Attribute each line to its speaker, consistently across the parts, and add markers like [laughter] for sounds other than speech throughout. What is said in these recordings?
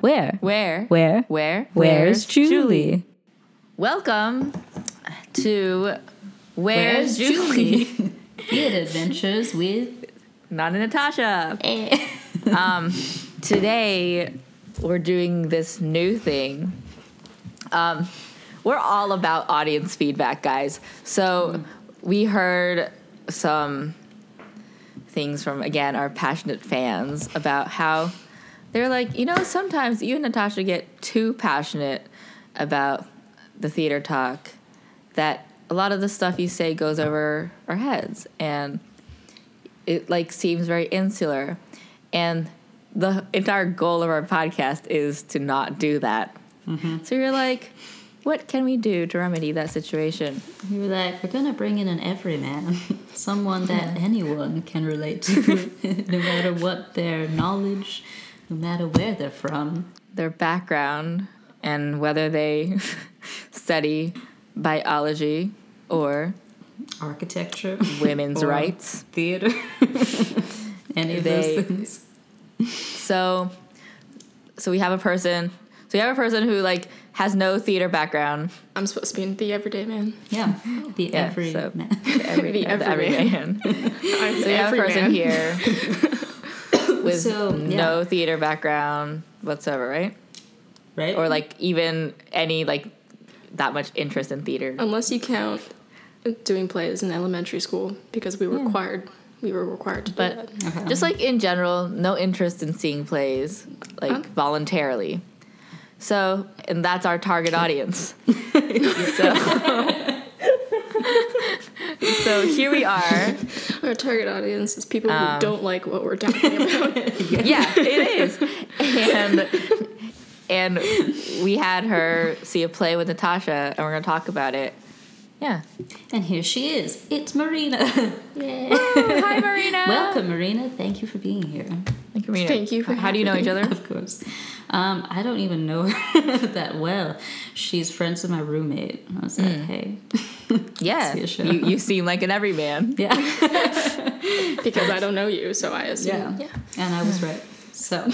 Speaker 1: Where?
Speaker 2: Where?
Speaker 1: Where?
Speaker 2: Where?
Speaker 1: Where's Julie?
Speaker 2: Welcome to Where's, Julie?
Speaker 3: Theater adventures with
Speaker 2: Not a Natasha. [laughs] Um, Today we're doing this new thing. Um, we're all about audience feedback, guys. So we heard some things from again our passionate fans about how they're like, you know, sometimes you and Natasha get too passionate about the theater talk that a lot of the stuff you say goes over our heads and it like seems very insular and the entire goal of our podcast is to not do that
Speaker 3: Mm-hmm.
Speaker 2: so you're like what can we do to remedy that situation
Speaker 3: you were like we're gonna bring in an everyman, [laughs] someone that anyone can relate to, [laughs] no matter what their knowledge, no matter where they're from.
Speaker 2: their background and whether they [laughs] study biology or
Speaker 3: Architecture, [laughs]
Speaker 2: women's
Speaker 3: Or-
Speaker 2: rights
Speaker 3: theater, [laughs] any of
Speaker 2: They-
Speaker 3: those things.
Speaker 2: So, so we have a person. So we have a person who like has no theater background.
Speaker 4: I'm supposed to be in the everyday man.
Speaker 3: Yeah, the
Speaker 2: Yeah, so-
Speaker 3: everyman. [laughs]
Speaker 2: Every,
Speaker 4: The
Speaker 2: the everyman. [laughs]
Speaker 4: I'm
Speaker 2: So we have a person here
Speaker 3: [laughs]
Speaker 2: with
Speaker 3: So, yeah.
Speaker 2: no theater background whatsoever, right?
Speaker 3: right?
Speaker 2: Or like even any like that much interest in
Speaker 3: Oh,
Speaker 2: theater.
Speaker 4: Unless you count doing plays in elementary school because we were required. We were required to do
Speaker 2: Hmm. But-
Speaker 4: that.
Speaker 3: Okay.
Speaker 2: Just like in general, no interest in seeing plays like
Speaker 3: Oh.
Speaker 4: Okay.
Speaker 2: voluntarily. So, and that's our
Speaker 3: [laughs]
Speaker 2: target audience. so, [laughs] so here we are.
Speaker 4: Our target audience is people
Speaker 2: Um.
Speaker 4: who don't like what we're talking about.
Speaker 2: yeah, it is. And and we had her see a play with Natasha, and we're gonna talk about it. Yeah.
Speaker 3: and here she is. It's Marina.
Speaker 2: [laughs] hi, Marina.
Speaker 3: Welcome, Marina. Thank you for being here.
Speaker 2: Thank you, Marina.
Speaker 4: Thank you for
Speaker 2: How do you know each other?
Speaker 3: [laughs] Of course. Um, I don't even know [laughs] her that well. She's friends with my roommate. I was like, hey.
Speaker 2: Hmm. [laughs]
Speaker 3: [laughs]
Speaker 2: Yeah.
Speaker 3: See a show.
Speaker 2: You, you seem like an everyman. [laughs]
Speaker 3: Yeah.
Speaker 4: [laughs] because I don't know you, so I assume.
Speaker 3: Yeah. And I was right.
Speaker 2: [laughs]
Speaker 3: So,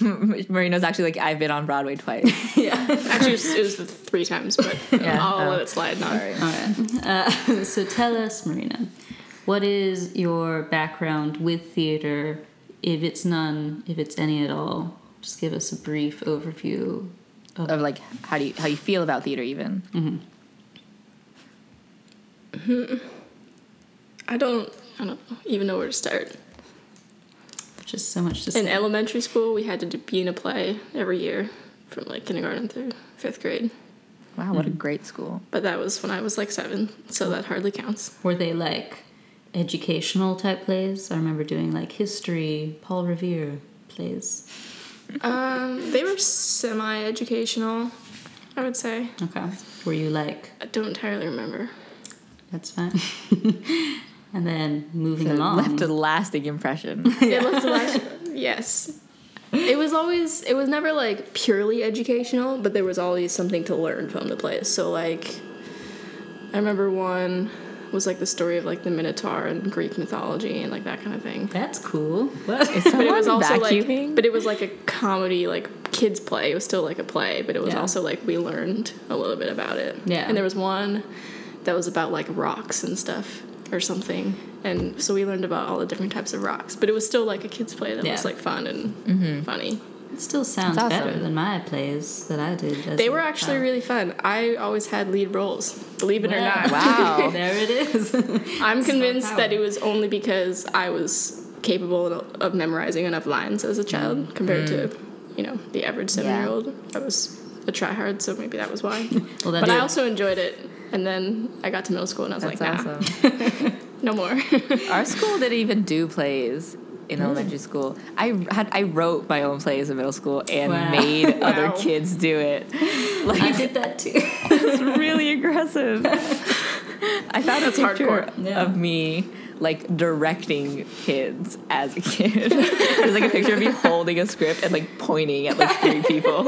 Speaker 2: Marina's actually like I've been on Broadway twice.
Speaker 3: yeah.
Speaker 4: Actually, it was, it was the three times, but
Speaker 2: [laughs] Yeah,
Speaker 4: I'll
Speaker 2: oh.
Speaker 4: let it slide now.
Speaker 3: All right. Uh, [laughs] so tell us, Marina, what is your background with theater? If it's none, if it's any at all, just give us a brief overview.
Speaker 2: of like how do you how you feel about theater even?
Speaker 4: I don't. I don't even know where to start.
Speaker 3: Just so much to
Speaker 4: In
Speaker 3: say.
Speaker 4: elementary school, we had to do- be in a play every year from like kindergarten through fifth grade.
Speaker 2: Wow, what a great school.
Speaker 4: But that was when I was like seven, so that hardly counts.
Speaker 3: Were they like educational type plays? I remember doing like history, Paul Revere plays.
Speaker 4: Um, they were semi-educational, I would say.
Speaker 3: Okay. Were you like,
Speaker 4: I don't entirely [laughs] remember.
Speaker 3: that's fine? [laughs] and then moving
Speaker 2: It
Speaker 3: along.
Speaker 2: left a lasting impression.
Speaker 4: It looked like [laughs] yes. It was always it was never like purely educational, but there was always something to learn from the plays. So like I remember one was like the story of like the Minotaur and Greek mythology and like that kind of thing.
Speaker 3: that's cool. What?
Speaker 4: But it was
Speaker 2: Someone
Speaker 4: also
Speaker 2: vacuuming?
Speaker 4: like but it was like a comedy like kids play. It was still like a play, but it was
Speaker 3: Yeah.
Speaker 4: also like we learned a little bit about it.
Speaker 3: Yeah.
Speaker 4: And there was one that was about like rocks and stuff or something. And so we learned about all the different types of rocks, but it was still like a kids play that was
Speaker 3: Yeah.
Speaker 4: like fun and funny.
Speaker 3: [laughs] It still sounds
Speaker 2: That's awesome.
Speaker 3: better than my plays that I did. as
Speaker 4: They
Speaker 3: a
Speaker 4: were actually
Speaker 3: child.
Speaker 4: really fun. I always had lead roles, believe it
Speaker 3: [laughs]
Speaker 4: or not.
Speaker 2: Wow.
Speaker 3: there it
Speaker 2: [laughs]
Speaker 3: is.
Speaker 4: I'm convinced that
Speaker 3: power.
Speaker 4: it was only because I was capable of memorizing enough lines as a child compared to, you know, the average seven year old. I was a tryhard, so maybe that was why.
Speaker 3: well,
Speaker 4: but I
Speaker 3: that's
Speaker 4: also enjoyed it. And then I got to middle school and I was
Speaker 2: That's
Speaker 4: like, nah,
Speaker 2: awesome.
Speaker 4: no more. [laughs]
Speaker 2: Our school didn't even do plays in elementary school. I had I wrote my own plays in middle school and
Speaker 3: Wow.
Speaker 2: made [laughs] other
Speaker 4: Wow.
Speaker 2: kids do [laughs] it.
Speaker 3: I
Speaker 2: Like
Speaker 3: did that
Speaker 2: [laughs]
Speaker 3: too.
Speaker 2: it's really aggressive. I found a picture
Speaker 4: hardcore.
Speaker 3: Yeah.
Speaker 2: of me like directing kids as a kid. [laughs] There's like a picture of me holding a script and like pointing at like three people.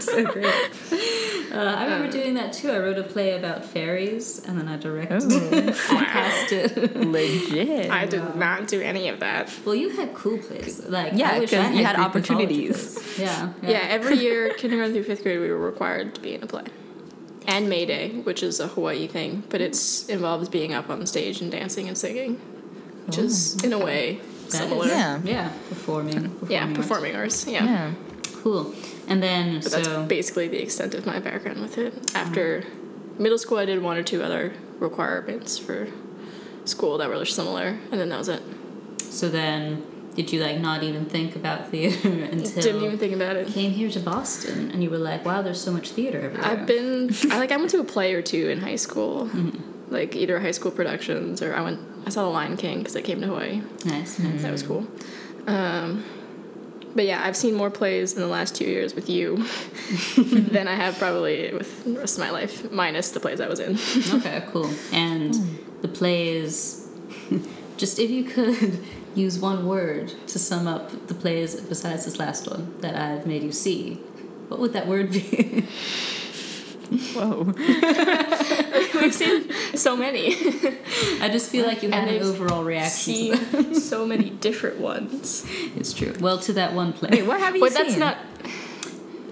Speaker 3: so great.
Speaker 4: Um,
Speaker 2: Oh.
Speaker 3: Uh, [laughs] I remember doing that too. I wrote a play about fairies, and then I directed. I cast did.
Speaker 2: [laughs] Legit.
Speaker 4: I did not do any of that.
Speaker 3: Well, you had cool plays. Like
Speaker 2: Yeah,
Speaker 3: I wish
Speaker 2: 'cause
Speaker 3: I
Speaker 2: you had
Speaker 3: Greek
Speaker 2: opportunities.
Speaker 3: mythology quiz. Yeah,
Speaker 4: Yeah, every year, [laughs] kindergarten through fifth grade, we were required to be in a play. And May Day, which is a Hawaii thing, but it's involves being up on stage and dancing and singing, which is in a way
Speaker 3: That is-
Speaker 4: similar.
Speaker 2: Yeah.
Speaker 3: yeah, performing. performing
Speaker 4: Yeah,
Speaker 3: arts.
Speaker 4: performing arts. Yeah.
Speaker 2: yeah.
Speaker 3: Cool. And then
Speaker 4: But that's
Speaker 3: so
Speaker 4: basically the extent of my background with it. After middle school, I did one or two other requirements for school that were similar, and then that was it.
Speaker 3: so then did you like not even think about theater [laughs] until
Speaker 4: Didn't even think about it.
Speaker 3: you came here to Boston and you were like, wow, there's so much theater everywhere.
Speaker 4: I've been I like I went to a play or two in high school, like either high school productions or I went I saw The Lion King because I came to Hawaii.
Speaker 3: nice, nice.
Speaker 4: That was cool. Um, but yeah, I've seen more plays in the last two years with you than I have probably with the rest of my life, minus the plays I was in. [laughs]
Speaker 3: okay, [laughs] cool. And
Speaker 4: Hmm.
Speaker 3: the plays. [laughs] Just if you could [laughs] use one word to sum up the plays besides this last one that I've made you see, what would that word be? [laughs]
Speaker 2: Whoa.
Speaker 4: We've seen so many,
Speaker 3: I just feel like you had
Speaker 4: And
Speaker 3: an
Speaker 4: they've
Speaker 3: overall reaction. to
Speaker 4: seen so many different ones.
Speaker 3: that. It's true. Well, to that one play. [laughs] Uh,
Speaker 2: Wait, what have you
Speaker 4: But
Speaker 2: seen?
Speaker 4: that's not.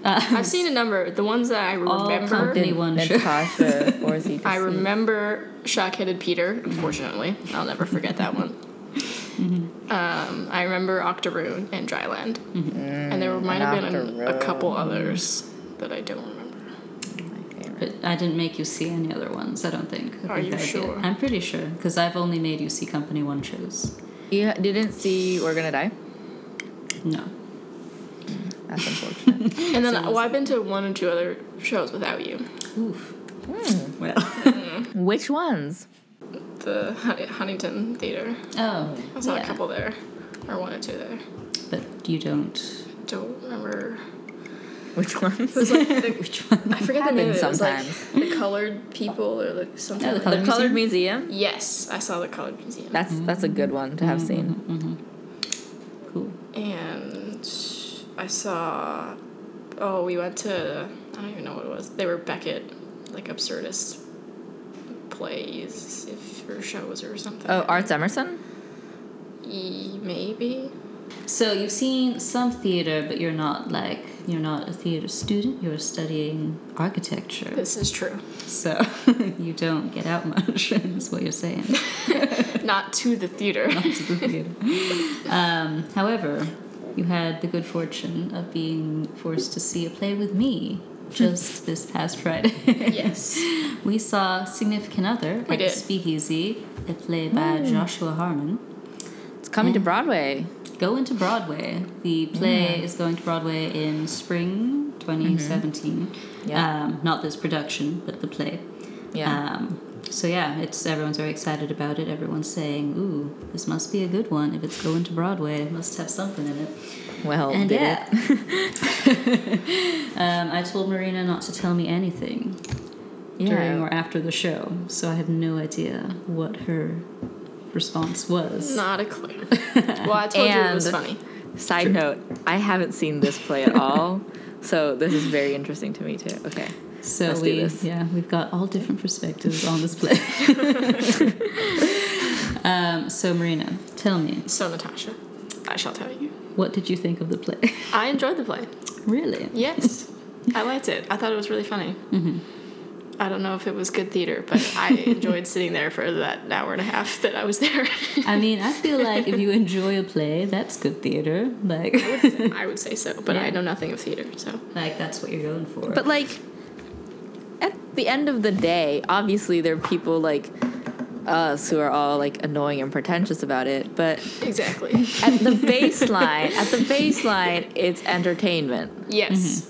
Speaker 4: I've seen a number. The ones that I
Speaker 3: All
Speaker 4: remember.
Speaker 3: company
Speaker 2: Did
Speaker 3: Anyone should-
Speaker 2: Natasha [laughs] Orsi.
Speaker 4: I remember shock-headed Peter. Unfortunately, I'll never forget that one. Um, I remember Octoroon and Dryland, and there might have been a, a couple others that I don't remember.
Speaker 3: But I didn't make you see any other ones, I don't think. I
Speaker 4: Are
Speaker 3: think
Speaker 4: you
Speaker 3: I did.
Speaker 4: sure?
Speaker 3: I'm pretty sure, because I've only made you see Company One shows.
Speaker 2: You didn't see We're Gonna Die?
Speaker 3: No.
Speaker 2: That's unfortunate.
Speaker 4: And then, well, I've been to one or two other shows without you.
Speaker 3: Oof. Well.
Speaker 2: [laughs] Which ones?
Speaker 4: The Hun- Huntington Theater.
Speaker 3: Oh.
Speaker 4: I saw
Speaker 3: yeah.
Speaker 4: a couple there, or one or two there.
Speaker 3: But you
Speaker 4: [laughs]
Speaker 3: don't.
Speaker 4: Don't remember.
Speaker 2: Which ones?
Speaker 4: It was like the,
Speaker 3: Which one?
Speaker 4: I forget the name. of
Speaker 2: Happens
Speaker 4: It It was like
Speaker 2: sometimes.
Speaker 4: the colored people or like something.
Speaker 2: [laughs]
Speaker 3: Oh, the
Speaker 4: like-
Speaker 3: Colored
Speaker 2: The Colored
Speaker 3: Museum?
Speaker 2: Museum.
Speaker 4: Yes, I saw the colored museum.
Speaker 2: That's that's a good one to have seen.
Speaker 3: Mm-hmm. Cool.
Speaker 4: and I saw. Oh, we went to. I don't even know what it was. They were Beckett, like absurdist plays, if or shows or something.
Speaker 2: Oh, Arts Emerson.
Speaker 4: E- maybe.
Speaker 3: So you've seen some theater, but you're not like. You're not a theater student, you're studying architecture.
Speaker 4: This is true.
Speaker 3: So [laughs] you don't get out much, [laughs] is what you're saying.
Speaker 4: Not to the
Speaker 3: [laughs]
Speaker 4: theater.
Speaker 3: to the theater. Um, however, you had the good fortune of being forced to see a play with me just this past Friday. [laughs]
Speaker 4: yes.
Speaker 3: we saw Significant Other
Speaker 4: We
Speaker 3: at
Speaker 4: did.
Speaker 3: Speakeasy, a play by Joshua Harmon.
Speaker 2: It's coming to Broadway.
Speaker 3: Going to Broadway. The play is going to Broadway in spring 2017.
Speaker 2: Yeah.
Speaker 3: Um, not this production, but the play.
Speaker 2: Yeah.
Speaker 3: Um, so yeah, it's everyone's very excited about it. Everyone's saying, "Ooh, this must be a good one. If it's going to Broadway, it must have something in it."
Speaker 2: well,
Speaker 3: and
Speaker 2: did
Speaker 3: yeah,
Speaker 2: it?
Speaker 3: [laughs] um, I told Marina not to tell me anything during or after the show, so I have no idea what her response was.
Speaker 4: Not a clue. Well, I told you it was
Speaker 2: And-
Speaker 4: funny.
Speaker 2: Side note: I haven't seen this play at [laughs] all, so this is very interesting to me too. Okay.
Speaker 3: So
Speaker 2: Let's do
Speaker 3: we,
Speaker 2: this.
Speaker 3: yeah, we've got all different perspectives on this
Speaker 2: [laughs]
Speaker 3: play. um, so Marina, tell me,
Speaker 4: So, Natasha, I shall tell you.
Speaker 3: what did you think of the play?
Speaker 4: I enjoyed the play.
Speaker 3: really?
Speaker 4: Yes. I liked it. I thought it was really funny.
Speaker 2: Mm-hmm.
Speaker 4: I don't know if it was good theater, but
Speaker 2: [laughs]
Speaker 4: I enjoyed sitting there for that hour and a half that I was there.
Speaker 3: I mean, I feel like if you enjoy a play, that's good theater. Like,
Speaker 4: I would say so, but
Speaker 3: Yeah.
Speaker 4: I know nothing of theater, so.
Speaker 3: [laughs] like that's what you're going for.
Speaker 2: But like, at the end of the day, obviously there are people like us who are all like annoying and pretentious about it, but
Speaker 4: Exactly.
Speaker 2: at [laughs] the baseline, at the baseline, it's entertainment.
Speaker 4: Yes.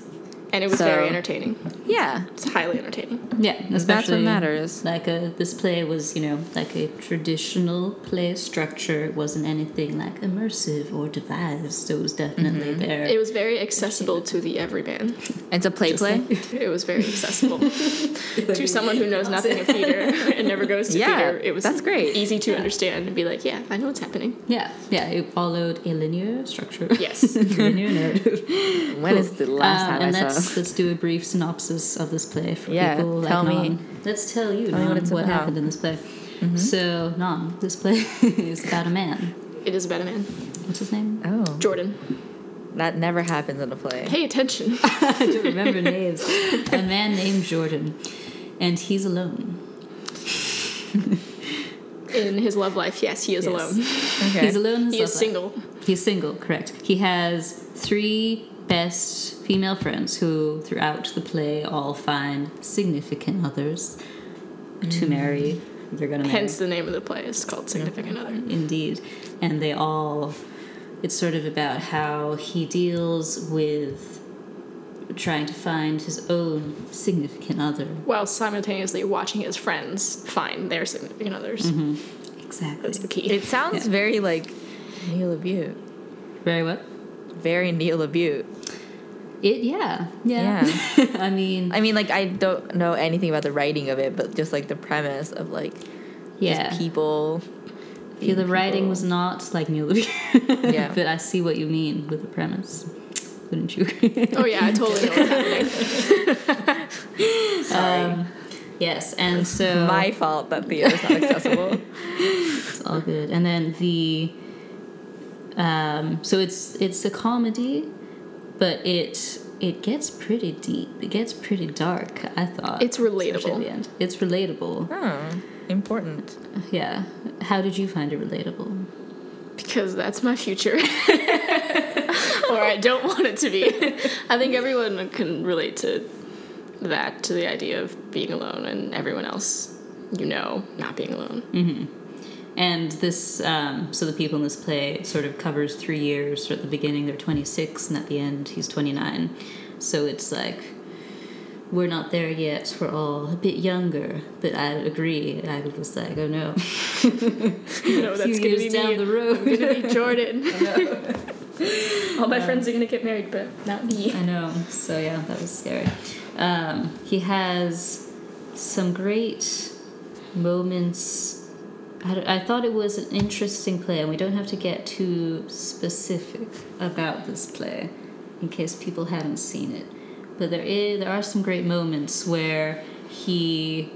Speaker 4: And it was
Speaker 2: So-
Speaker 4: very entertaining.
Speaker 2: Yeah,
Speaker 4: It's highly entertaining.
Speaker 3: yeah, especially
Speaker 2: that's what matters.
Speaker 3: Like a, this play was, you know, like a traditional play structure. It wasn't anything like immersive or devised. It was definitely
Speaker 2: Mm-hmm.
Speaker 3: there.
Speaker 4: It was very accessible to
Speaker 2: [laughs]
Speaker 4: the everyman.
Speaker 2: It's a play play.
Speaker 4: It was very
Speaker 2: [laughs]
Speaker 4: accessible to someone who knows nothing of theater and never goes to
Speaker 2: Yeah,
Speaker 4: theater. It was
Speaker 2: that's great.
Speaker 4: Easy to understand and be like, yeah, I know what's happening.
Speaker 3: yeah, yeah, it followed a linear structure. [laughs]
Speaker 4: Yes.
Speaker 3: linear
Speaker 2: [laughs]
Speaker 3: narrative.
Speaker 2: when is the last
Speaker 3: Um,
Speaker 2: time
Speaker 3: and
Speaker 2: I
Speaker 3: let's
Speaker 2: saw?
Speaker 3: let's do a brief synopsis of this play for
Speaker 2: Yeah,
Speaker 3: people.
Speaker 2: tell
Speaker 3: like,
Speaker 2: me.
Speaker 3: Nan. Let's tell you
Speaker 2: me what
Speaker 3: Nan,
Speaker 2: it's
Speaker 3: what
Speaker 2: about. Mm-hmm.
Speaker 3: happened in this play. So, Nam, this play [laughs] is about a man.
Speaker 4: [laughs] It is about a man.
Speaker 3: What's his
Speaker 2: [laughs]
Speaker 3: name?
Speaker 2: [laughs] Oh,
Speaker 4: Jordan,
Speaker 2: that never happens in a play.
Speaker 4: pay attention.
Speaker 3: I don't [laughs] remember names. A man named Jordan, and he's alone.
Speaker 4: In his love life, yes, he is
Speaker 3: Yes.
Speaker 4: alone.
Speaker 2: Okay.
Speaker 3: He's alone. in his
Speaker 4: He is
Speaker 3: love life.
Speaker 4: single.
Speaker 3: He's single, correct. He has three best female friends who, throughout the play, all find significant others to marry. They're gonna marry.
Speaker 4: Hence the name of the play is called Significant Other.
Speaker 3: Indeed. And they all, it's sort of about how he deals with trying to find his own significant other.
Speaker 4: While simultaneously watching his friends find their significant others.
Speaker 3: Mm-hmm. Exactly.
Speaker 4: That's the key.
Speaker 2: it sounds very like Neil Labute.
Speaker 3: Very well.
Speaker 2: Very Neil Labute.
Speaker 3: It, yeah. Yeah. [laughs] I mean,
Speaker 2: I mean, like I don't know anything about the writing of it, but just like the premise of like
Speaker 3: yeah.
Speaker 2: just people.
Speaker 3: Yeah,
Speaker 2: being
Speaker 3: the writing
Speaker 2: people.
Speaker 3: was not like Mule [laughs]
Speaker 2: Yeah.
Speaker 3: but I see what you mean with the premise. Wouldn't you agree? [laughs]
Speaker 4: Oh yeah, I totally know what's happening.
Speaker 3: Um, yes, and so
Speaker 2: my fault that theater's not accessible.
Speaker 3: it's all good. And then the um, so it's it's a comedy, but it it gets pretty deep. It gets pretty dark. I thought
Speaker 4: It's
Speaker 3: especially at
Speaker 4: relatable.
Speaker 3: the end. It's relatable.
Speaker 2: oh, important.
Speaker 3: Yeah. How did you find it relatable?
Speaker 4: because that's my future. [laughs] or I don't want it to be. I think everyone can relate to that, to the idea of being alone and everyone else you know not being alone.
Speaker 3: And this, um, so the people in this play sort of covers three years. So at the beginning, they're 26, and at the end, he's 29. So it's like, we're not there yet. We're all a bit younger. But I agree. I was like, oh no. [laughs]
Speaker 4: You know,
Speaker 3: A
Speaker 4: that's
Speaker 3: Mm-hmm. few
Speaker 4: going to be
Speaker 3: years down
Speaker 4: me.
Speaker 3: the road.
Speaker 4: I'm going to be
Speaker 3: [laughs]
Speaker 4: Jordan. All my friends are going to get married, but not me.
Speaker 3: [laughs] I know. So yeah, that was scary. Um, he has some great moments. I, d- I thought it was an interesting play, and we don't have to get too specific about this play, in case people haven't seen it. But there is there are some great moments where he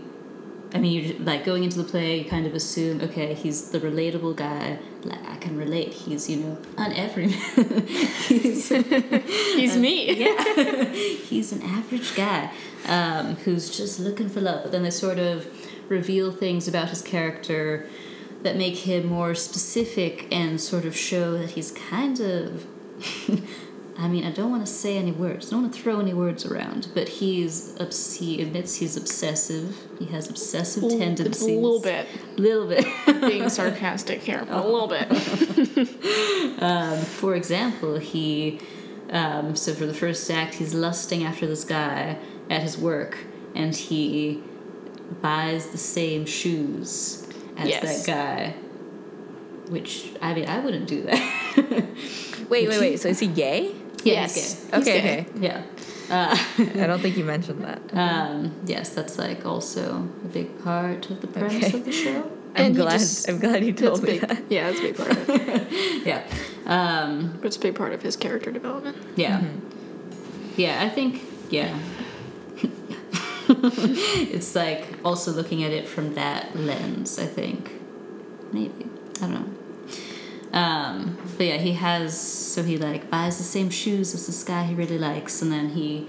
Speaker 3: I mean, you like going into the play, you kind of assume, okay, he's the relatable guy. Like I can relate. He's you know an everyman. [laughs] he's
Speaker 4: He's me.
Speaker 3: yeah, [laughs] he's an average guy um, who's just looking for love. But then they sort of reveal things about his character that make him more specific and sort of show that he's kind of. [laughs] I mean, I don't want to say any words. I don't want to throw any words around. But he's obs- he admits he's obsessive. He has obsessive
Speaker 4: It's
Speaker 3: tendencies.
Speaker 4: a little bit
Speaker 3: Little bit.
Speaker 4: being sarcastic here. A little bit.
Speaker 3: Um, For example, he, um, so for the first act, he's lusting after this guy at his work, and he buys the same shoes as
Speaker 4: Yes.
Speaker 3: that guy. Which I mean, I wouldn't do that. [laughs]
Speaker 2: Wait, wait, wait. So is he gay?
Speaker 3: [laughs] Yeah, he's
Speaker 4: Yes.
Speaker 3: gay.
Speaker 2: Okay, okay.
Speaker 4: He's gay.
Speaker 3: Yeah. Uh,
Speaker 2: I don't think you mentioned that.
Speaker 3: um, yes, that's like also a big part of the premise
Speaker 2: Okay.
Speaker 3: of the show.
Speaker 2: I'm
Speaker 4: And you
Speaker 2: glad.
Speaker 4: just-
Speaker 2: I'm glad you
Speaker 4: That's
Speaker 2: told me
Speaker 4: big.
Speaker 3: [laughs]
Speaker 2: that.
Speaker 4: Yeah, that's a big part of it.
Speaker 3: Yeah. Um,
Speaker 4: It's a big part of his character development.
Speaker 3: Yeah. Yeah, I think, yeah. [laughs] it's like also looking at it from that lens, I think. Maybe. I don't know. Um, but yeah, he has, so he like buys the same shoes as this guy he really likes, and then he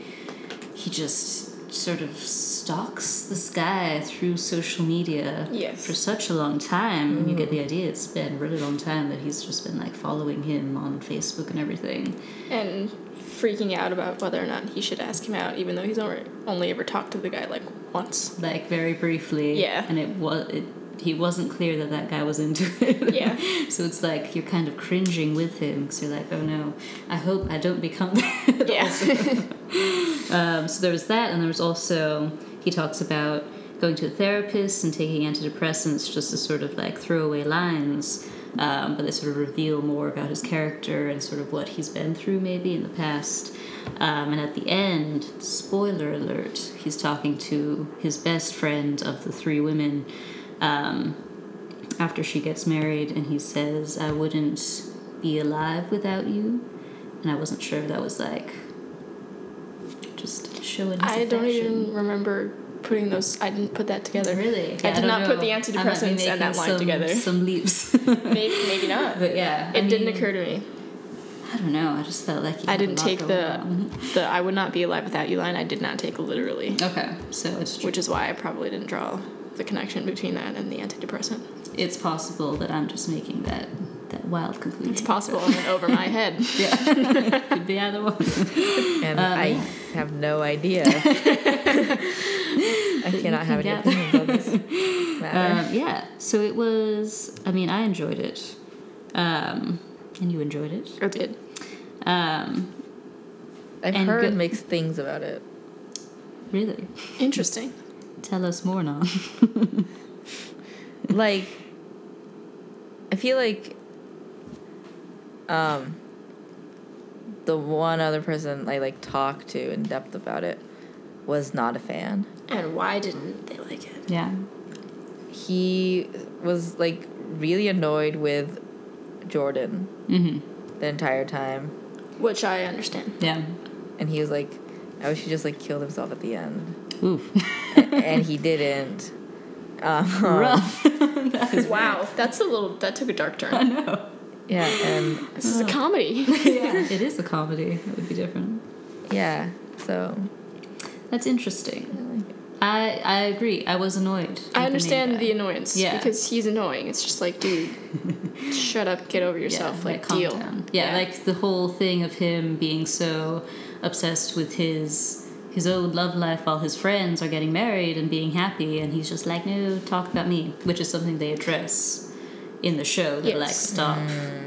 Speaker 3: he just sort of stalks this guy through social media
Speaker 4: Yes.
Speaker 3: for such a long time. You get the idea it's been a really long time that he's just been like following him on Facebook and everything.
Speaker 4: and freaking out about whether or not he should ask him out, even though he's only, only ever talked to the guy like once.
Speaker 3: like very briefly.
Speaker 4: Yeah.
Speaker 3: And it was it. He wasn't clear that that guy was into it.
Speaker 4: Yeah.
Speaker 3: [laughs] so it's like you're kind of cringing with him because you're like, oh no, I hope I don't become [laughs] that.
Speaker 4: Yeah. [laughs]
Speaker 3: um, so there was that, and there was also he talks about going to a therapist and taking antidepressants just to sort of like throw away lines. Um, but they sort of reveal more about his character and sort of what he's been through maybe in the past. Um, and at the end, spoiler alert, he's talking to his best friend of the three women um, after she gets married, and he says, I wouldn't be alive without you. And I wasn't sure if that was like just showing his
Speaker 4: I don't
Speaker 3: affection.
Speaker 4: even remember putting those. I didn't put that together.
Speaker 3: Really? Yeah,
Speaker 4: did
Speaker 3: don't
Speaker 4: not put
Speaker 3: know.
Speaker 4: the
Speaker 3: I might be
Speaker 4: antidepressants and that
Speaker 3: making
Speaker 4: line
Speaker 3: some-
Speaker 4: together.
Speaker 3: Some leaps. [laughs]
Speaker 4: Maybe, maybe not.
Speaker 3: but yeah,
Speaker 4: it didn't occur to me.
Speaker 3: I don't know. I just felt like you
Speaker 4: I
Speaker 3: had a
Speaker 4: didn't
Speaker 3: lot
Speaker 4: take
Speaker 3: going
Speaker 4: the
Speaker 3: on.
Speaker 4: [laughs] the I would not be alive without you line. I did not take literally,
Speaker 3: Okay, so it's true.
Speaker 4: which is why I probably didn't draw the connection between that and the antidepressant.
Speaker 3: It's possible that I'm just making that that wild conclusion.
Speaker 4: [laughs] It's possible I went over my head. [laughs]
Speaker 3: Could be either one.
Speaker 2: and I
Speaker 3: yeah.
Speaker 2: have no [laughs] idea. I cannot have
Speaker 3: can
Speaker 2: any opinions on [laughs] this matter.
Speaker 3: Um, yeah. So it was. I mean, I enjoyed it, um, and you enjoyed it.
Speaker 4: I did.
Speaker 3: Um,
Speaker 2: I've
Speaker 3: and
Speaker 2: heard
Speaker 3: good-
Speaker 2: mixed things about it.
Speaker 3: really,
Speaker 4: Interesting.
Speaker 3: tell us more now.
Speaker 2: Like, I feel like um, the one other person I like talked to in depth about it was not a fan.
Speaker 4: And why didn't they like
Speaker 3: [laughs]
Speaker 4: it?
Speaker 3: yeah.
Speaker 2: He was like really annoyed with Jordan
Speaker 3: Mm-hmm.
Speaker 2: the entire time.
Speaker 4: Which I [laughs] understand.
Speaker 3: Yeah.
Speaker 2: and he was like, "I wish he just like killed himself at the end,"
Speaker 3: Oof.
Speaker 2: and he didn't. Um,
Speaker 3: [laughs] Rough.
Speaker 4: Wow, that's a little. That took a dark turn.
Speaker 3: no.
Speaker 2: yeah, and
Speaker 4: This is a [laughs] comedy.
Speaker 3: [laughs] Yeah. [laughs] it is a comedy. That would be different.
Speaker 2: yeah, so
Speaker 3: That's interesting. I I agree. I was annoyed. with the
Speaker 4: I
Speaker 3: main
Speaker 4: understand
Speaker 3: guy.
Speaker 4: the annoyance
Speaker 3: Yeah.
Speaker 4: because he's annoying. It's just
Speaker 3: [laughs]
Speaker 4: like, dude, shut up, get over yourself, like,
Speaker 3: calm
Speaker 4: deal.
Speaker 3: down. Yeah,
Speaker 4: Yeah.
Speaker 3: like the whole thing of him being so obsessed with his his own love life while his friends are getting married and being happy, and he's just like, no, talk about me, which is something they address in the show. They're like,
Speaker 4: Yes.
Speaker 3: stop,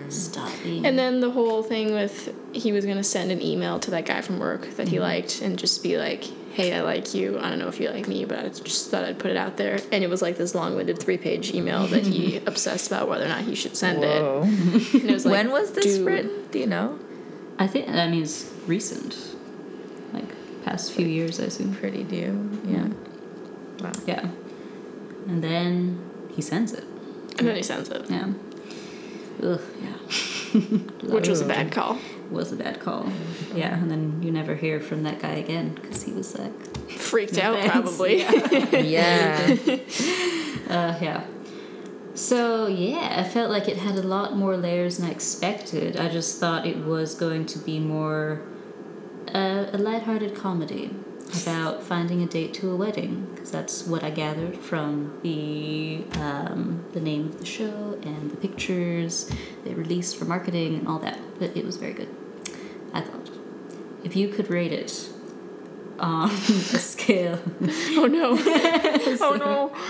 Speaker 3: stop being.
Speaker 4: And then the whole thing with he was gonna send an email to that guy from work that he liked and just be like, "Hey, I like you. I don't know if you like me, but I just thought I'd put it out there." And it was like this long-winded three-page email that [laughs] he obsessed about whether or not he should send
Speaker 2: whoa.
Speaker 4: it. And it was like,
Speaker 2: when was this
Speaker 4: dude,
Speaker 2: written? Do you know?
Speaker 3: I think I mean it's recent, like past few years, I assume.
Speaker 2: Pretty due. Yeah. Wow.
Speaker 3: Yeah, and then he sends it.
Speaker 4: And then he sends it,
Speaker 3: Yeah. Ugh, yeah.
Speaker 4: which was a bad call.
Speaker 3: was a bad call. Yeah, and then you never hear from that guy again because he was like,
Speaker 4: Freaked out,
Speaker 3: Thanks.
Speaker 4: probably.
Speaker 2: Yeah.
Speaker 3: uh, yeah. So yeah, I felt like it had a lot more layers than I expected. I just thought it was going to be more uh, a lighthearted comedy about finding a date to a wedding because that's what I gathered from the um, the name of the show and the pictures they released for marketing and all that. But it was very good. I thought if you could rate it on [laughs] a scale
Speaker 4: Oh no! oh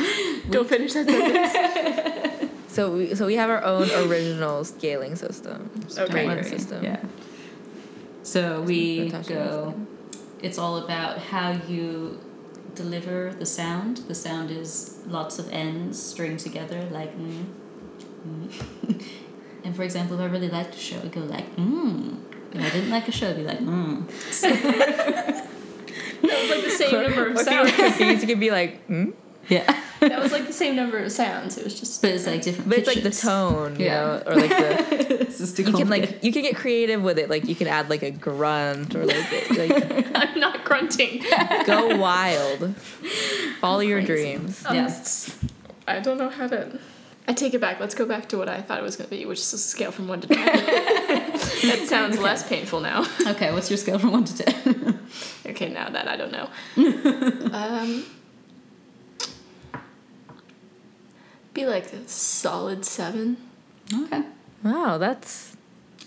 Speaker 4: no! [laughs] Don't finish that sentence.
Speaker 2: so we so we have our own original scaling system.
Speaker 4: Okay.
Speaker 2: Rating
Speaker 3: Don't worry.
Speaker 2: system.
Speaker 3: Yeah. So we
Speaker 2: Natasha
Speaker 3: go. It's all about how you deliver the sound. The sound is lots of ends stringed together, like mm, mm. [laughs] and for example, if I really liked a show, I'd go like mm. If I didn't like a show, I'd be like mm.
Speaker 4: [laughs] That was like the same number
Speaker 2: [laughs]
Speaker 4: of
Speaker 2: Or if you were confused, you could be like, hmm?
Speaker 3: Yeah.
Speaker 4: That was like the same number of sounds. It was
Speaker 3: [laughs]
Speaker 4: just.
Speaker 3: But it's like different.
Speaker 2: but it's like the
Speaker 3: pitches.
Speaker 2: tone, you
Speaker 3: Yeah.
Speaker 2: know, or like the.
Speaker 3: This [laughs] is too
Speaker 2: You can
Speaker 3: complicated.
Speaker 4: [laughs]
Speaker 2: like you can get creative with it. Like you can add like a grunt or like
Speaker 4: [laughs]
Speaker 2: a- like
Speaker 4: [laughs] I'm not [laughs] grunting.
Speaker 2: go wild, follow your
Speaker 3: Crazy.
Speaker 2: dreams.
Speaker 4: Um,
Speaker 3: Yeah.
Speaker 4: s- I don't know how to. I take it back. Let's go back to what I thought it was going to be, which is a scale from one
Speaker 2: [laughs]
Speaker 4: to ten. that sounds less painful now.
Speaker 3: Okay, what's your scale from one to ten?
Speaker 4: Okay, now that I
Speaker 2: [laughs]
Speaker 4: don't know. um, be like a solid seven.
Speaker 3: Okay,
Speaker 2: Wow, that's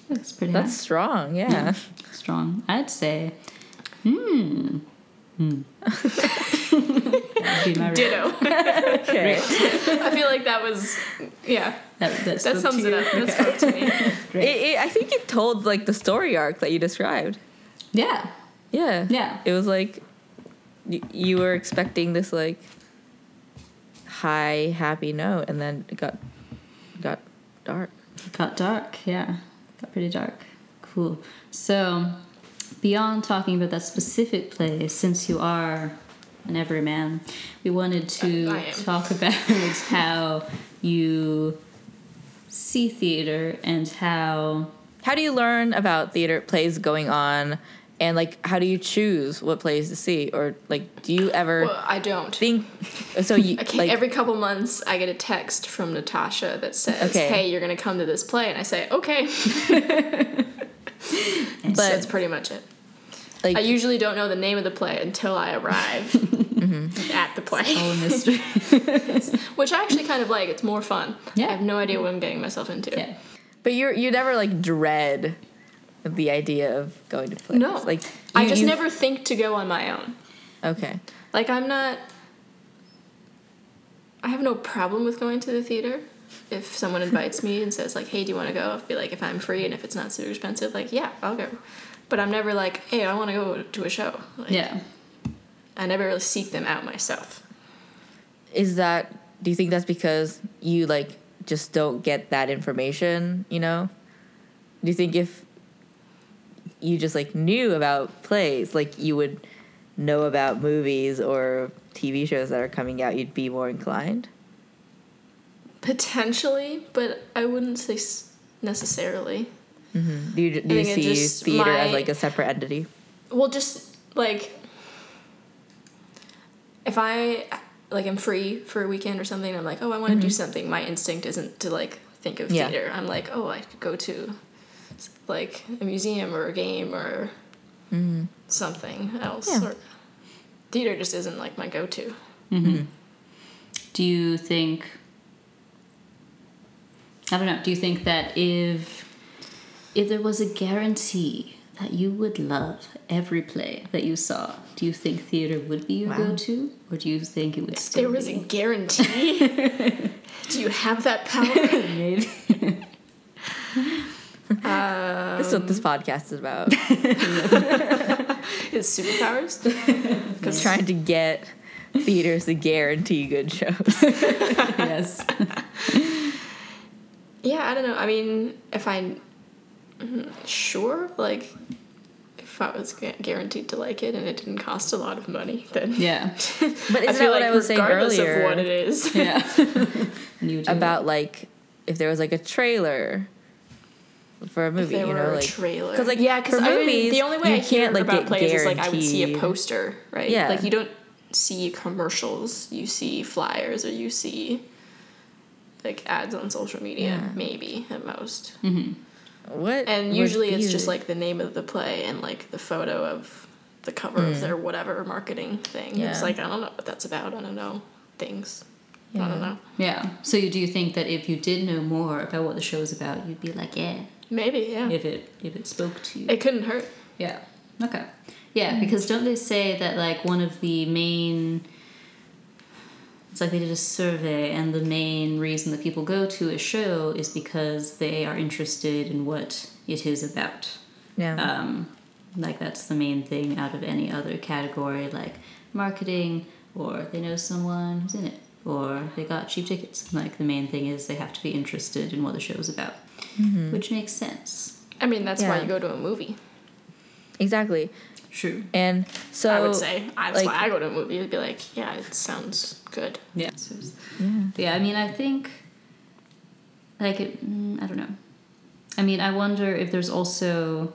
Speaker 3: that's pretty.
Speaker 2: that's strong.
Speaker 4: [laughs]
Speaker 2: Yeah,
Speaker 3: high. strong. I'd say. Hmm. Hmm. [laughs] That'd be my rating.
Speaker 4: Ditto.
Speaker 2: okay.
Speaker 4: [laughs] I feel like that was. Yeah,
Speaker 3: That, that,
Speaker 4: that
Speaker 3: spoke
Speaker 4: sums
Speaker 3: to
Speaker 4: it
Speaker 3: you?
Speaker 4: up. That spoke to me.
Speaker 2: [laughs] It, it, I think it told like the story arc that you described.
Speaker 3: Yeah.
Speaker 2: Yeah,
Speaker 3: Yeah.
Speaker 2: It was like you, you were expecting this like high happy note, and then it got got dark.
Speaker 3: Got dark. Yeah. Got pretty dark. Cool. So, beyond talking about that specific play, since you are an everyman, we wanted
Speaker 4: I- I
Speaker 3: to
Speaker 4: am.
Speaker 3: talk [laughs] about how you see theater and how
Speaker 2: How do you learn about theater plays going on And like, how do you choose what plays to see, or like, do you ever
Speaker 4: Well, I don't.
Speaker 2: think? So you
Speaker 4: I can't-
Speaker 2: like
Speaker 4: every couple months, I get a text from Natasha that says,
Speaker 2: Okay.
Speaker 4: "Hey, you're gonna come to this play," and I say, "Okay." [laughs]
Speaker 2: but
Speaker 4: so that's pretty much it.
Speaker 2: like
Speaker 4: I usually don't know the name of the play until I arrive
Speaker 3: [laughs]
Speaker 4: at the play,
Speaker 3: All a Mm-hmm. Oh, mystery.
Speaker 4: which I actually kind of like. It's more fun.
Speaker 3: Yeah.
Speaker 4: I have no idea what I'm getting myself into.
Speaker 3: yeah.
Speaker 2: But you you never like dread the idea of going to plays.
Speaker 4: No,
Speaker 2: like
Speaker 4: I
Speaker 2: you-
Speaker 4: just
Speaker 2: you-
Speaker 4: never think to go on my own.
Speaker 2: Okay,
Speaker 4: Like I'm not. I have no problem with going to the theater. If someone invites me and says like, "Hey, do you want to go?" I'll be like, if I'm free and if it's not super expensive, like, yeah, I'll go. But I'm never like, "Hey, I want to go to a show." Like,
Speaker 3: Yeah.
Speaker 4: I never really seek them out myself.
Speaker 2: is that do you think that's because you like just don't get that information? You know, do you think if you just like knew about plays, like you would know about movies or TV shows that are coming out, you'd be more inclined.
Speaker 4: Potentially, but I wouldn't say s- necessarily.
Speaker 2: Do you, do you
Speaker 4: think it
Speaker 2: see
Speaker 4: just-
Speaker 2: theater as
Speaker 4: my-
Speaker 2: like a separate entity?
Speaker 4: Well, just like if I like am free for a weekend or something, I'm like, oh, I want to do something. My instinct isn't to like think of
Speaker 2: Mm-hmm. Yeah.
Speaker 4: theater. I'm like, oh, I could go to like a museum or a game or something else.
Speaker 2: Mm-hmm. Yeah.
Speaker 4: Or, theater just isn't like my go-to.
Speaker 3: Do you think? I don't know. Do you think that if if there was a guarantee that you would love every play that you saw, do you think theater would be your
Speaker 2: Wow.
Speaker 3: go-to, or do you think it would still
Speaker 4: There was a
Speaker 3: be
Speaker 4: guarantee.
Speaker 2: [laughs]
Speaker 4: do you have that
Speaker 3: [laughs]
Speaker 4: power?
Speaker 3: maybe?
Speaker 2: That's what this
Speaker 4: um,
Speaker 2: podcast is
Speaker 4: [laughs]
Speaker 2: about.
Speaker 4: It's superpowers.
Speaker 2: Because trying to get theaters to guarantee good shows.
Speaker 3: yes.
Speaker 4: Yeah, I don't know. I mean, if I mm, sure like if I was gu- guaranteed to like it and it didn't cost a lot of money, then
Speaker 3: Yeah.
Speaker 2: But
Speaker 4: I
Speaker 2: isn't that
Speaker 4: feel
Speaker 2: what
Speaker 4: like
Speaker 2: I was saying
Speaker 4: regardless
Speaker 2: earlier
Speaker 4: of what it is,
Speaker 3: Yeah. And you would do
Speaker 2: about like if there was like a trailer for a [laughs]
Speaker 4: if
Speaker 2: movie?
Speaker 4: there
Speaker 2: you
Speaker 4: were
Speaker 2: know,
Speaker 4: a
Speaker 2: like
Speaker 4: trailer.
Speaker 2: 'cause, like,
Speaker 4: yeah, because
Speaker 2: for movies,
Speaker 4: the only way
Speaker 2: you
Speaker 4: I hear
Speaker 2: can't, like,
Speaker 4: about
Speaker 2: get
Speaker 4: plays is like I would see a
Speaker 2: guaranteed-
Speaker 4: poster, right?
Speaker 2: Yeah.
Speaker 4: like you don't see commercials, you see flyers or you see like ads on social media,
Speaker 2: Yeah.
Speaker 4: maybe at most.
Speaker 2: what?
Speaker 4: And
Speaker 2: would
Speaker 4: usually it's
Speaker 2: be
Speaker 4: just
Speaker 2: the-
Speaker 4: like the name of the play and like the photo of the cover of their whatever marketing thing.
Speaker 2: Mm. Yeah.
Speaker 4: It's like I don't know what that's about. I don't know things. I
Speaker 2: Yeah.
Speaker 4: don't know.
Speaker 3: Yeah. So you do you think that if you did know more about what the show is about, you'd be like, yeah,
Speaker 4: Maybe yeah.
Speaker 3: if it if it spoke to you.
Speaker 4: It couldn't hurt.
Speaker 3: Yeah. Okay. Mm. Yeah, because don't they say that like one of the main it's like they did a survey and the main reason that people go to a show is because they are interested in what it is about.
Speaker 4: uh,
Speaker 2: yeah,
Speaker 3: Um like that's the main thing out of any other category like marketing or they know someone who's in it or they got cheap tickets. Like the main thing is they have to be interested in what the show is about. Which makes sense.
Speaker 4: I mean that's
Speaker 2: Yeah.
Speaker 4: why you go to a movie.
Speaker 2: exactly.
Speaker 3: True.
Speaker 2: And so
Speaker 4: I would say I, that's
Speaker 2: like-
Speaker 4: why I go to a movie. It'd be like yeah, it sounds good.
Speaker 3: Yeah. So it's- yeah, I mean, I think, like, it, mm, I don't know. I mean, I wonder if there's also,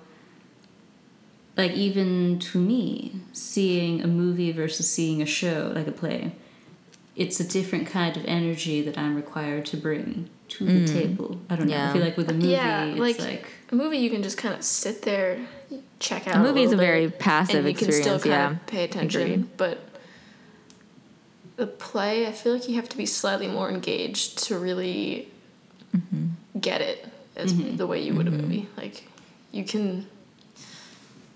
Speaker 3: like, even to me, seeing a movie versus seeing a show, like a play, it's a different kind of energy that I'm required to bring to the table. I don't know.
Speaker 2: Yeah.
Speaker 3: I feel like with a movie,
Speaker 4: Yeah,
Speaker 3: it's
Speaker 4: like-
Speaker 3: like,
Speaker 4: A movie you can just kind of sit there, check out.
Speaker 2: a movie is a
Speaker 4: little
Speaker 2: very
Speaker 4: bit,
Speaker 2: passive
Speaker 4: and you
Speaker 2: experience.
Speaker 4: can still
Speaker 2: yeah,
Speaker 4: kind of pay attention.
Speaker 2: Agreed.
Speaker 4: But the play, I feel like you have to be slightly more engaged to really
Speaker 2: Mm-hmm.
Speaker 4: get it as the way you would a movie. Like you can,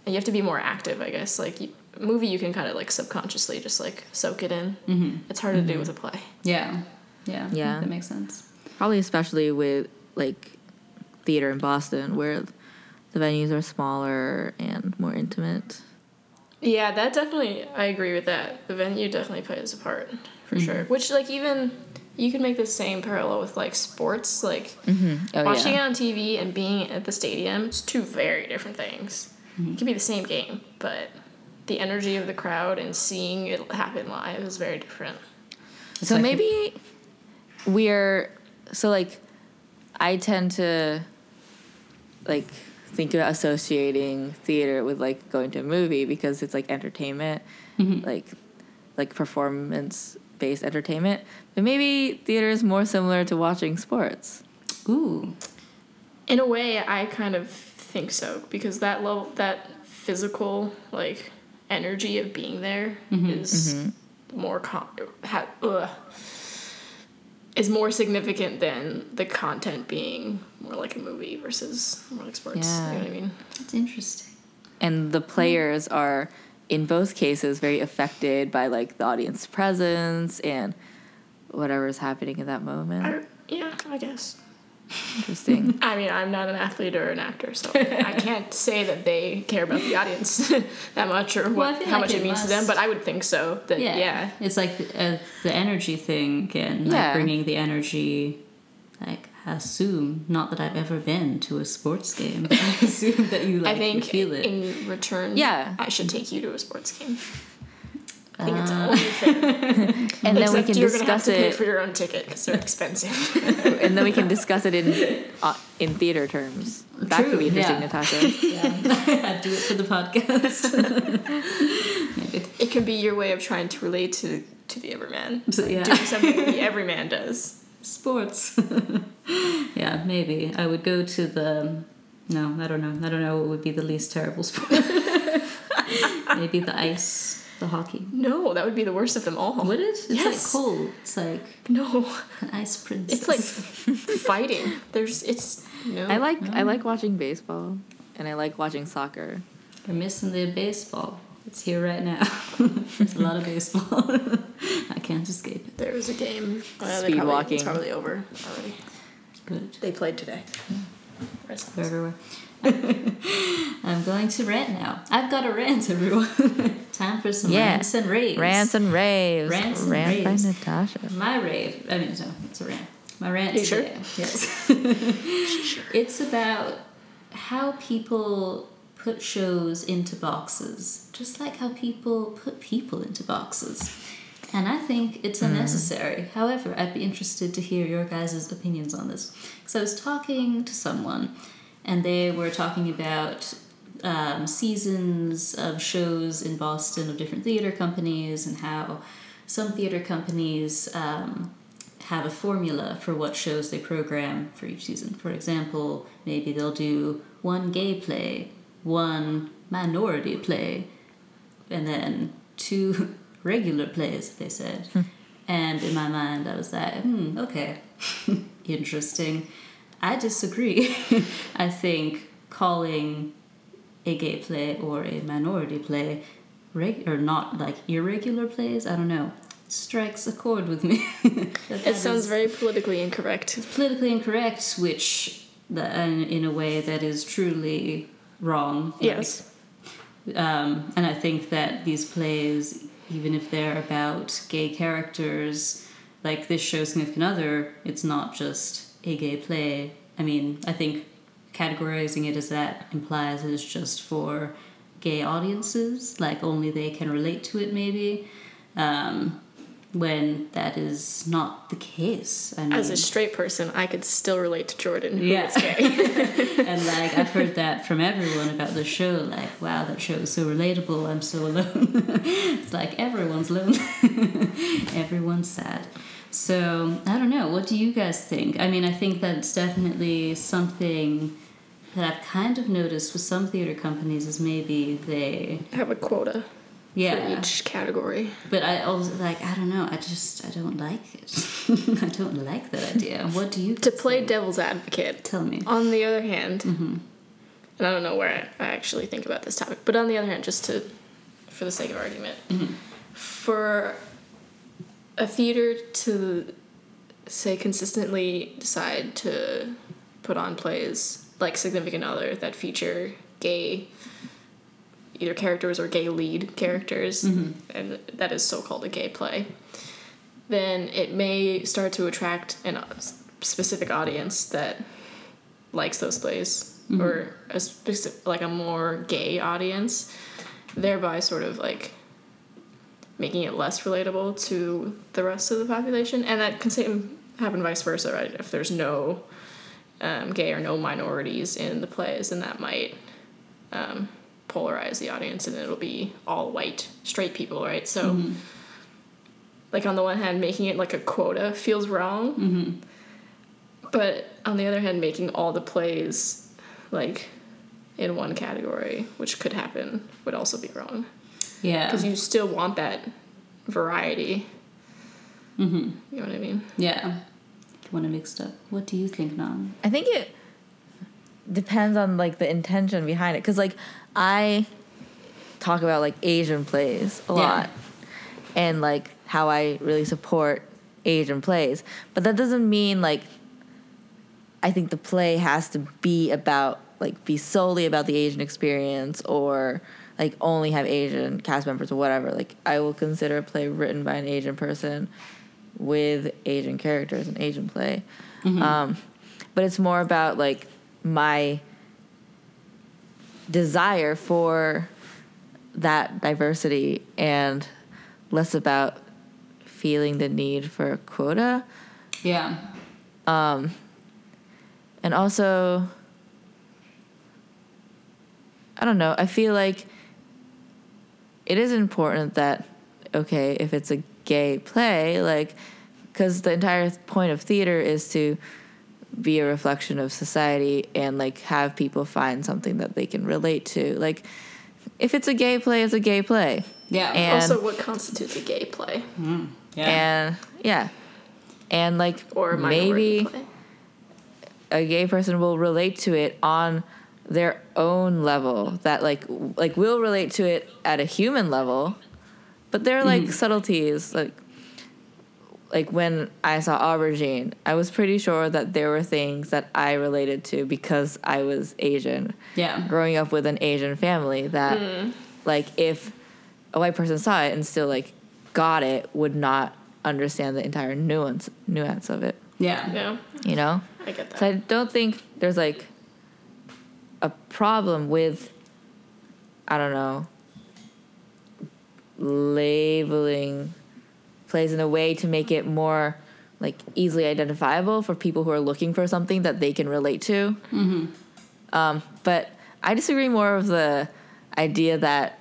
Speaker 4: and you have to be more active, I guess. Like you, a movie, you can kind of like subconsciously just like soak it in. It's harder
Speaker 2: Mm-hmm.
Speaker 4: to do with a play.
Speaker 3: mm-hmm. yeah. Yeah. I think
Speaker 2: Yeah.
Speaker 3: That makes sense.
Speaker 2: probably especially with like theater in Boston where the venues are smaller and more intimate.
Speaker 4: Yeah, that definitely. I agree with that. The venue definitely plays a part for sure.
Speaker 2: Mm-hmm.
Speaker 4: Which, like, even you could make the same parallel with like sports. Like
Speaker 2: Oh,
Speaker 4: watching it on TV and being at the stadium, it's two very different things. It could be the same game, but the energy of the crowd and seeing it happen live is very different.
Speaker 2: so
Speaker 3: like a-
Speaker 2: maybe we're so like I tend to like think about associating theater with like going to a movie because it's like entertainment,
Speaker 4: Mm-hmm.
Speaker 2: like like performance based entertainment. But maybe theater is more similar to watching sports.
Speaker 3: Ooh.
Speaker 4: In a way, I kind of think so because that level, that physical like energy of being there is
Speaker 2: Mm-hmm.
Speaker 4: more com- ha- ugh, is more significant than the content being more like a movie versus more like sports. You know
Speaker 2: Yeah.
Speaker 4: what I mean?
Speaker 3: That's interesting.
Speaker 2: and
Speaker 4: Mm-hmm.
Speaker 2: the players are in both cases very affected by like the audience presence and whatever is happening in that moment
Speaker 4: I, yeah, I guess. [laughs]
Speaker 2: interesting
Speaker 4: I mean, I'm not an athlete or an actor,
Speaker 2: [laughs]
Speaker 4: so I can't say that they care about the audience [laughs] that much
Speaker 3: Well,
Speaker 4: or
Speaker 3: I
Speaker 4: what
Speaker 3: feel
Speaker 4: how
Speaker 3: like
Speaker 4: much
Speaker 3: it
Speaker 4: it means to them.
Speaker 3: must.
Speaker 4: But I would think so. That
Speaker 3: Yeah.
Speaker 4: yeah,
Speaker 3: It's like the, uh, the energy thing again, like
Speaker 2: Yeah.
Speaker 3: bringing the energy. Like, I assume, not that I've ever been to a sports game, but I assume that you like
Speaker 4: [laughs] I think
Speaker 3: feel it.
Speaker 4: in return,
Speaker 2: Yeah.
Speaker 4: I should take you to a sports game. I think it's
Speaker 3: Ah,
Speaker 4: only fair.
Speaker 2: Ah. [laughs] and then we
Speaker 4: Except
Speaker 2: can
Speaker 4: you're gonna have
Speaker 2: discuss
Speaker 4: to pay for
Speaker 2: it
Speaker 4: your own ticket because they're expensive. [laughs]
Speaker 2: and then we can discuss it in uh, in theater terms that
Speaker 3: True,
Speaker 2: could be interesting
Speaker 3: yeah.
Speaker 2: [laughs] natasha
Speaker 3: Yeah. [laughs] do it for the
Speaker 4: [laughs]
Speaker 3: podcast. Maybe.
Speaker 4: it could be your way of trying to relate to to the everyman.
Speaker 3: So, yeah.
Speaker 4: Doing something
Speaker 3: [laughs]
Speaker 4: the everyman does.
Speaker 3: sports. [laughs] yeah, maybe I would go to the. No, I don't know. I don't know what would be the least terrible sport. [laughs] maybe the ice, the hockey.
Speaker 4: No, that would be the worst of them all.
Speaker 3: Would it? It's
Speaker 4: Oh, Yes.
Speaker 3: like cold. It's like
Speaker 4: No,
Speaker 3: an ice princess.
Speaker 4: it's like fighting. There's it's no.
Speaker 2: i like i like watching baseball and i like watching soccer
Speaker 3: you're missing the baseball. It's here right now. [laughs] It's a lot of baseball. [laughs] I can't escape it.
Speaker 4: There was a game.
Speaker 2: they
Speaker 4: they
Speaker 2: Speed probably- it's walking.
Speaker 4: It's
Speaker 2: probably
Speaker 4: probably over already.
Speaker 3: Good.
Speaker 4: They played today.
Speaker 3: They're everywhere. [laughs] I'm going to rant now. I've got a rant, everyone. [laughs] Time for some
Speaker 2: Yeah.
Speaker 3: rants and raves.
Speaker 2: rants and raves
Speaker 3: Rants and
Speaker 2: rant by
Speaker 3: raves.
Speaker 2: natasha
Speaker 3: My rave. I mean, no, it's a rant. My rant
Speaker 4: You sure?
Speaker 3: today. Yes. It's about how people put shows into boxes, just like how people put people into boxes. And I think it's unnecessary. However, I'd be interested to hear your guys' opinions on this. Because I was talking to someone, and they were talking about um, seasons of shows in Boston of different theater companies and how some theater companies um, have a formula for what shows they program for each season. For example, maybe they'll do one gay play, one minority play, and then two [laughs] regular plays, they said.
Speaker 4: Hmm.
Speaker 3: and in my mind, I was like, hmm, okay, [laughs] interesting. I disagree. [laughs] I think calling a gay play or a minority play, reg- or not like irregular plays, I don't know, strikes a chord with me. [laughs] That
Speaker 4: It
Speaker 3: that
Speaker 4: sounds
Speaker 3: is-
Speaker 4: very politically incorrect.
Speaker 3: politically incorrect, which the, and in a way that is truly wrong. like,
Speaker 4: Yes.
Speaker 3: um, and I think that these plays, even if they're about gay characters, like this show Significant Other, it's not just a gay play. I mean, I think categorizing it as that implies it is just for gay audiences, like only they can relate to it, maybe. Um, when that is not the case. I mean,
Speaker 4: As a straight person, I could still relate to Jordan. who
Speaker 3: Yeah.
Speaker 4: is gay.
Speaker 3: and like I've heard that from everyone about the show. Like, wow, that show is so relatable. I'm so alone. [laughs] it's like everyone's lonely. [laughs] everyone's sad. So I don't know. What do you guys think? I mean, I think that's definitely something that I've kind of noticed with some theater companies is maybe they
Speaker 4: Have a quota
Speaker 3: yeah
Speaker 4: for each category.
Speaker 3: but I also like I don't know. I just I don't like it. [laughs] I don't like that idea. What do you
Speaker 4: To
Speaker 3: guys
Speaker 4: play
Speaker 3: think?
Speaker 4: devil's advocate,
Speaker 3: Tell me.
Speaker 4: on the other hand, and I don't know where I I actually think about this topic, but on the other hand, just to, for the sake of argument, for a theater to say consistently decide to put on plays like Significant Other that feature gay either characters or gay lead characters, and that is so called a gay play, then it may start to attract an au- specific audience that likes those plays or a specific, like a more gay audience, thereby sort of like making it less relatable to the rest of the population, and that can same happen vice versa, right? If there's no um, gay or no minorities in the plays, and that might um, polarize the audience, and it'll be all white straight people, right? So, like on the one hand, making it like a quota feels wrong, but on the other hand, making all the plays like in one category, which could happen, would also be wrong
Speaker 3: Yeah.
Speaker 4: because you still want that variety. Mm-hmm. You know what I mean?
Speaker 3: yeah. If you want to mix it up. What do you think, Nam?
Speaker 2: I think it depends on like the intention behind it. Cause like I talk about like Asian plays a
Speaker 3: Yeah.
Speaker 2: lot and like how I really support Asian plays. But that doesn't mean like I think the play has to be about like be solely about the Asian experience or like only have Asian cast members or whatever. Like I will consider a play written by an Asian person with Asian characters an Asian play. Um, but it's more about like my desire for that diversity and less about feeling the need for a quota.
Speaker 3: Yeah.
Speaker 2: And also, I don't know, I feel like it is important that, okay, if it's a gay play, like, because the entire point of theater is to be a reflection of society and, like, have people find something that they can relate to. Like, if it's a gay play, it's a gay play.
Speaker 3: Yeah.
Speaker 2: And-
Speaker 4: also, what constitutes a gay play
Speaker 3: yeah.
Speaker 2: And, yeah. And, like,
Speaker 4: or a minority
Speaker 2: maybe.
Speaker 4: play?
Speaker 2: a gay person will relate to it on their own level that like w- like will relate to it at a human level but there are like subtleties like like when i saw aubergine i was pretty sure that there were things that i related to because i was asian
Speaker 3: yeah.
Speaker 2: growing up with an asian family that like if a white person saw it and still like got it would not understand the entire nuance nuance of it
Speaker 3: Yeah.
Speaker 4: Yeah,
Speaker 2: you know
Speaker 4: I get that.
Speaker 2: so I don't think there's like a problem with I don't know labeling plays in a way to make it more like easily identifiable for people who are looking for something that they can relate to. Mm-hmm. Um, but I disagree more of the idea that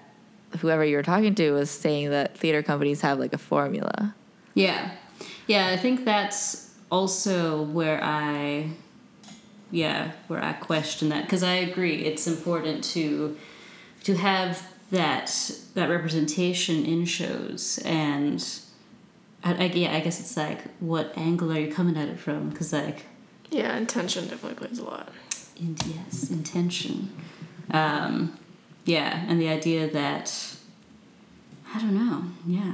Speaker 2: whoever you were talking to was saying that theater companies have like a formula.
Speaker 3: Yeah. Yeah, I think that's also where I yeah, where I question that because I agree it's important to to have that that representation in shows and I, I, yeah, I guess it's like what angle are you coming at it from because like
Speaker 4: Yeah, intention definitely plays a lot.
Speaker 3: in, yes, intention. Um, yeah, and the idea that I don't know. Yeah,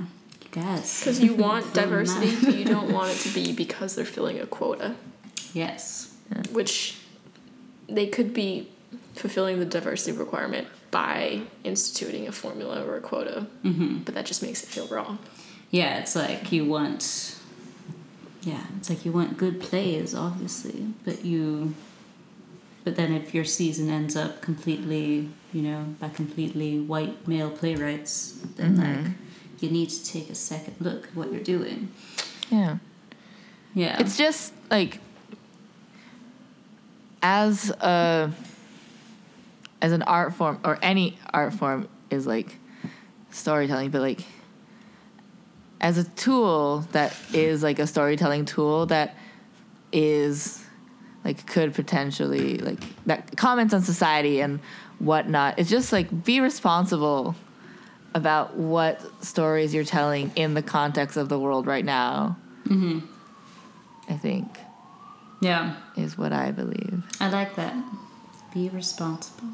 Speaker 3: you guys.
Speaker 4: Because
Speaker 3: [laughs]
Speaker 4: you want
Speaker 3: Fill 'em out.
Speaker 4: diversity, but you don't want it to be because they're filling a quota,
Speaker 3: Yes.
Speaker 4: which they could be fulfilling the diversity requirement by instituting a formula or a quota, mm-hmm. but that just makes it feel wrong.
Speaker 3: Yeah, it's like you want. Yeah, it's like you want good plays, obviously, but you. But then if your season ends up completely, you know, by completely white male playwrights, then
Speaker 4: Mm-hmm.
Speaker 3: like you need to take a second look at what you're doing.
Speaker 2: Yeah.
Speaker 3: Yeah.
Speaker 2: It's just like as a as an art form or any art form is like storytelling, but like as a tool that is like a storytelling tool that is like could potentially like that comments on society and whatnot. It's just like be responsible about what stories you're telling in the context of the world right now. I think
Speaker 3: yeah.
Speaker 2: is what I believe.
Speaker 3: I like that. Be responsible.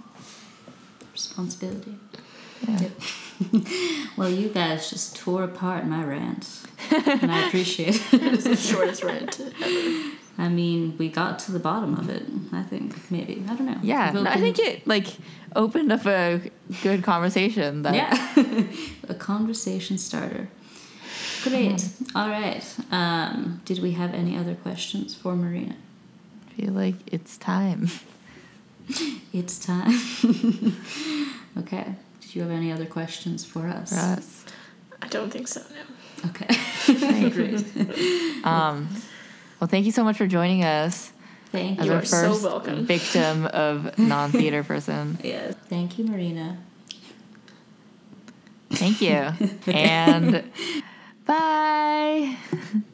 Speaker 3: Responsibility.
Speaker 2: Yeah.
Speaker 3: [laughs] Well, you guys just tore apart my rant, and I appreciate
Speaker 2: [laughs]
Speaker 3: it.
Speaker 4: It's the shortest rant.
Speaker 3: I mean, we got to the bottom of it. I think maybe I don't know.
Speaker 2: Yeah,
Speaker 3: We've
Speaker 2: no, I
Speaker 3: opened-
Speaker 2: think it like opened up a good conversation. That
Speaker 3: yeah, [laughs] a conversation starter. Great. All right. Um, did we have any other questions for Marina?
Speaker 2: I feel like it's time.
Speaker 3: It's time. [laughs] okay. Did you have any other questions for us?
Speaker 2: For us.
Speaker 4: I don't think so, no.
Speaker 3: Okay. [laughs] Great.
Speaker 2: Um, well, thank you so much for joining us.
Speaker 3: Thank
Speaker 2: as
Speaker 3: you.
Speaker 4: You
Speaker 2: our
Speaker 4: are so
Speaker 2: first
Speaker 4: welcome.
Speaker 2: victim of non-theater person.
Speaker 3: Yes. Thank you, Marina.
Speaker 2: Thank you. and bye.